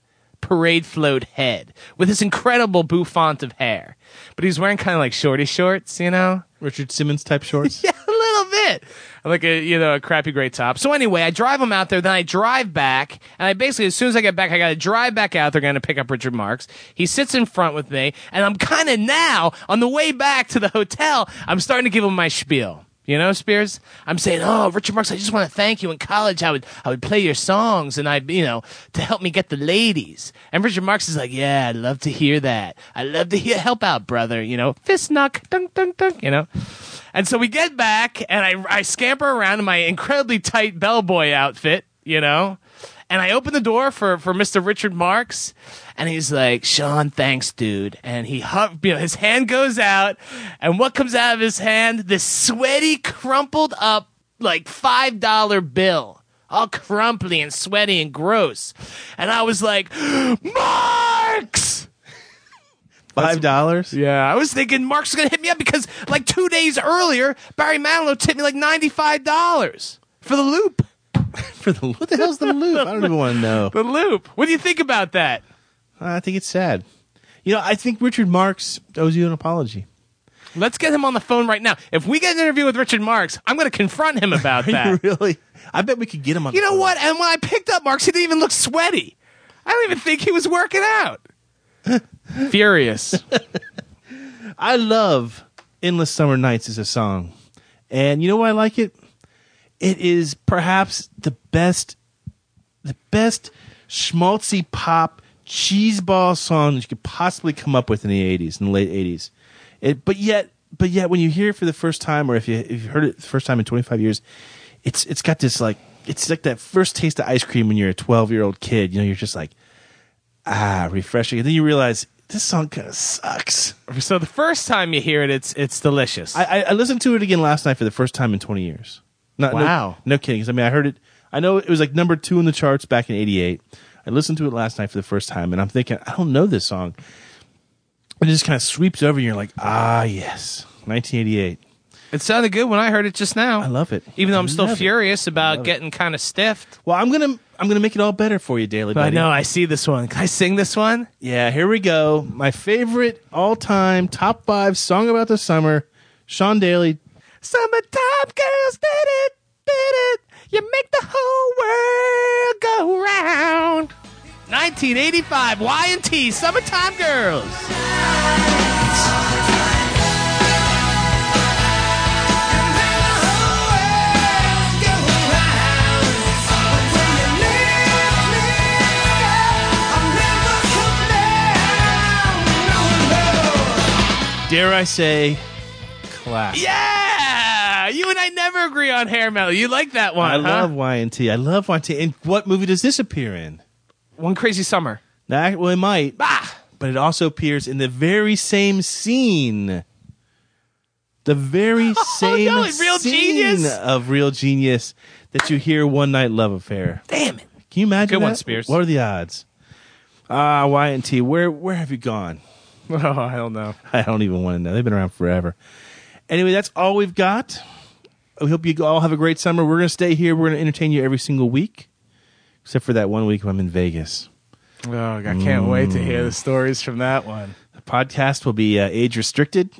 [SPEAKER 7] parade float head with this incredible bouffant of hair. But he's wearing kind of like shorty shorts, you know?
[SPEAKER 8] Richard Simmons type shorts?
[SPEAKER 7] yeah, a little bit. Like a, you know, a crappy gray top. So anyway, I drive him out there, then I drive back, and I basically, as soon as I get back, I gotta drive back out there, gonna pick up Richard Marx. He sits in front with me, and I'm kinda now, on the way back to the hotel, I'm starting to give him my spiel. You know, Spears. I'm saying, oh, Richard Marx, I just want to thank you. In college, I would I would play your songs, and I, you know, to help me get the ladies. And Richard Marx is like, yeah, I'd love to hear that. I'd love to hear help out, brother. You know, fist knock, dunk, dunk, dunk. You know. And so we get back, and I I scamper around in my incredibly tight bellboy outfit. You know. And I open the door for, for Mr. Richard Marks, and he's like, Sean, thanks, dude. And he, huff, you know, his hand goes out, and what comes out of his hand? This sweaty, crumpled up like five dollar bill, all crumply and sweaty and gross, and I was like, Marks.
[SPEAKER 8] Five dollars?
[SPEAKER 7] Yeah, I was thinking Mark's gonna hit me up because like two days earlier, Barry Manilow tipped me like ninety five dollars for the loop.
[SPEAKER 8] for the loop? What the hell's the loop? I don't even want to know.
[SPEAKER 7] The loop. What do you think about that?
[SPEAKER 8] I think it's sad. You know, I think Richard Marks owes you an apology.
[SPEAKER 7] Let's get him on the phone right now. If we get an interview with Richard Marks, I'm going to confront him about
[SPEAKER 8] Are you
[SPEAKER 7] that.
[SPEAKER 8] really? I bet we could get him on.
[SPEAKER 7] You
[SPEAKER 8] the
[SPEAKER 7] know
[SPEAKER 8] phone.
[SPEAKER 7] what? And when I picked up Marks, he didn't even look sweaty. I don't even think he was working out. Furious.
[SPEAKER 8] I love "Endless Summer Nights" as a song, and you know why I like it? It is perhaps the best, the best schmaltzy pop cheeseball song that you could possibly come up with in the '80s, in the late '80s. It, but yet, but yet, when you hear it for the first time, or if you if you heard it the first time in 25 years, it's it's got this like it's like that first taste of ice cream when you're a 12 year old kid. You know, you're just like ah, refreshing, and then you realize this song kind of sucks.
[SPEAKER 7] So the first time you hear it, it's it's delicious.
[SPEAKER 8] I, I, I listened to it again last night for the first time in 20 years. Not,
[SPEAKER 7] Wow.
[SPEAKER 8] No, no kidding. 'Cause, I mean, I heard it. I know it was like number two in the charts back in '88. I listened to it last night for the first time, and I'm thinking, I don't know this song. And it just kind of sweeps over you. You're like, ah, yes, 1988.
[SPEAKER 7] It sounded good when I heard it just now. I
[SPEAKER 8] love it.
[SPEAKER 7] Even though
[SPEAKER 8] I
[SPEAKER 7] I'm still
[SPEAKER 8] love it.
[SPEAKER 7] furious about
[SPEAKER 8] Love it.
[SPEAKER 7] getting kind of stiffed.
[SPEAKER 8] Well, I'm gonna I'm gonna make it all better for you, Daily.
[SPEAKER 7] I
[SPEAKER 8] Buddy.
[SPEAKER 7] know. I see this one. Can I sing this one?
[SPEAKER 8] Yeah, here we go. My favorite all time top five song about the summer. Sean Daly.
[SPEAKER 7] Summertime girls did it, did it. You make the whole world go round. 1985, Y and T, Summertime Girls.
[SPEAKER 21] Oh.
[SPEAKER 8] Dare I say, class.
[SPEAKER 7] Yeah, you and I never agree on hair metal. You like that one?
[SPEAKER 8] I
[SPEAKER 7] huh?
[SPEAKER 8] love YNT. I love YNT. And what movie does this appear in?
[SPEAKER 7] One Crazy Summer.
[SPEAKER 8] That, well, it might. But it also appears in the very same scene. The very same
[SPEAKER 7] no, in Oh, Real
[SPEAKER 8] scene
[SPEAKER 7] Genius?
[SPEAKER 8] of Real Genius that you hear One Night Love Affair.
[SPEAKER 7] Damn it.
[SPEAKER 8] Can you imagine?
[SPEAKER 7] Good one,
[SPEAKER 8] that?
[SPEAKER 7] Spears.
[SPEAKER 8] What are the odds? Ah, YNT, where where have you gone?
[SPEAKER 7] Oh, I don't know.
[SPEAKER 8] I don't even want to know. They've been around forever. Anyway, that's all we've got. We hope you all have a great summer. We're going to stay here. We're going to entertain you every single week, except for that one week when I'm in Vegas.
[SPEAKER 7] Oh, I can't wait to hear the stories from that one.
[SPEAKER 8] The podcast will be uh, age restricted.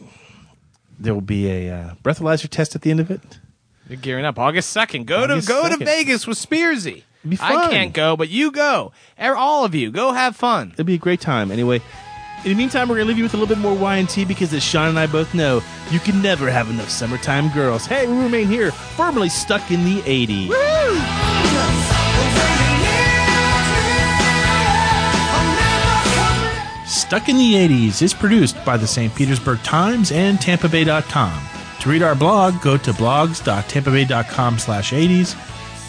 [SPEAKER 8] There will be a uh, breathalyzer test at the end of it.
[SPEAKER 7] You're gearing up. August second. Go
[SPEAKER 8] August
[SPEAKER 7] to go
[SPEAKER 8] 2nd.
[SPEAKER 7] to Vegas with Spearsy.
[SPEAKER 8] be
[SPEAKER 7] I
[SPEAKER 8] fun.
[SPEAKER 7] can't go, but you go. Er- All of you, go have fun.
[SPEAKER 8] It'll be a great time. Anyway, in the meantime, we're going to leave you with a little bit more Y and T because, as Sean and I both know, you can never have enough summertime girls. Hey, we remain here, firmly stuck in the 80s. Stuck in the 80s is produced by the St. Petersburg Times and TampaBay.com. To read our blog, go to blogs.tampabay.com slash 80s.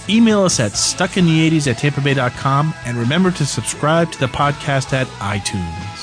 [SPEAKER 8] Email us at stuckinthe80s at tampabay.com and remember to subscribe to the podcast at iTunes.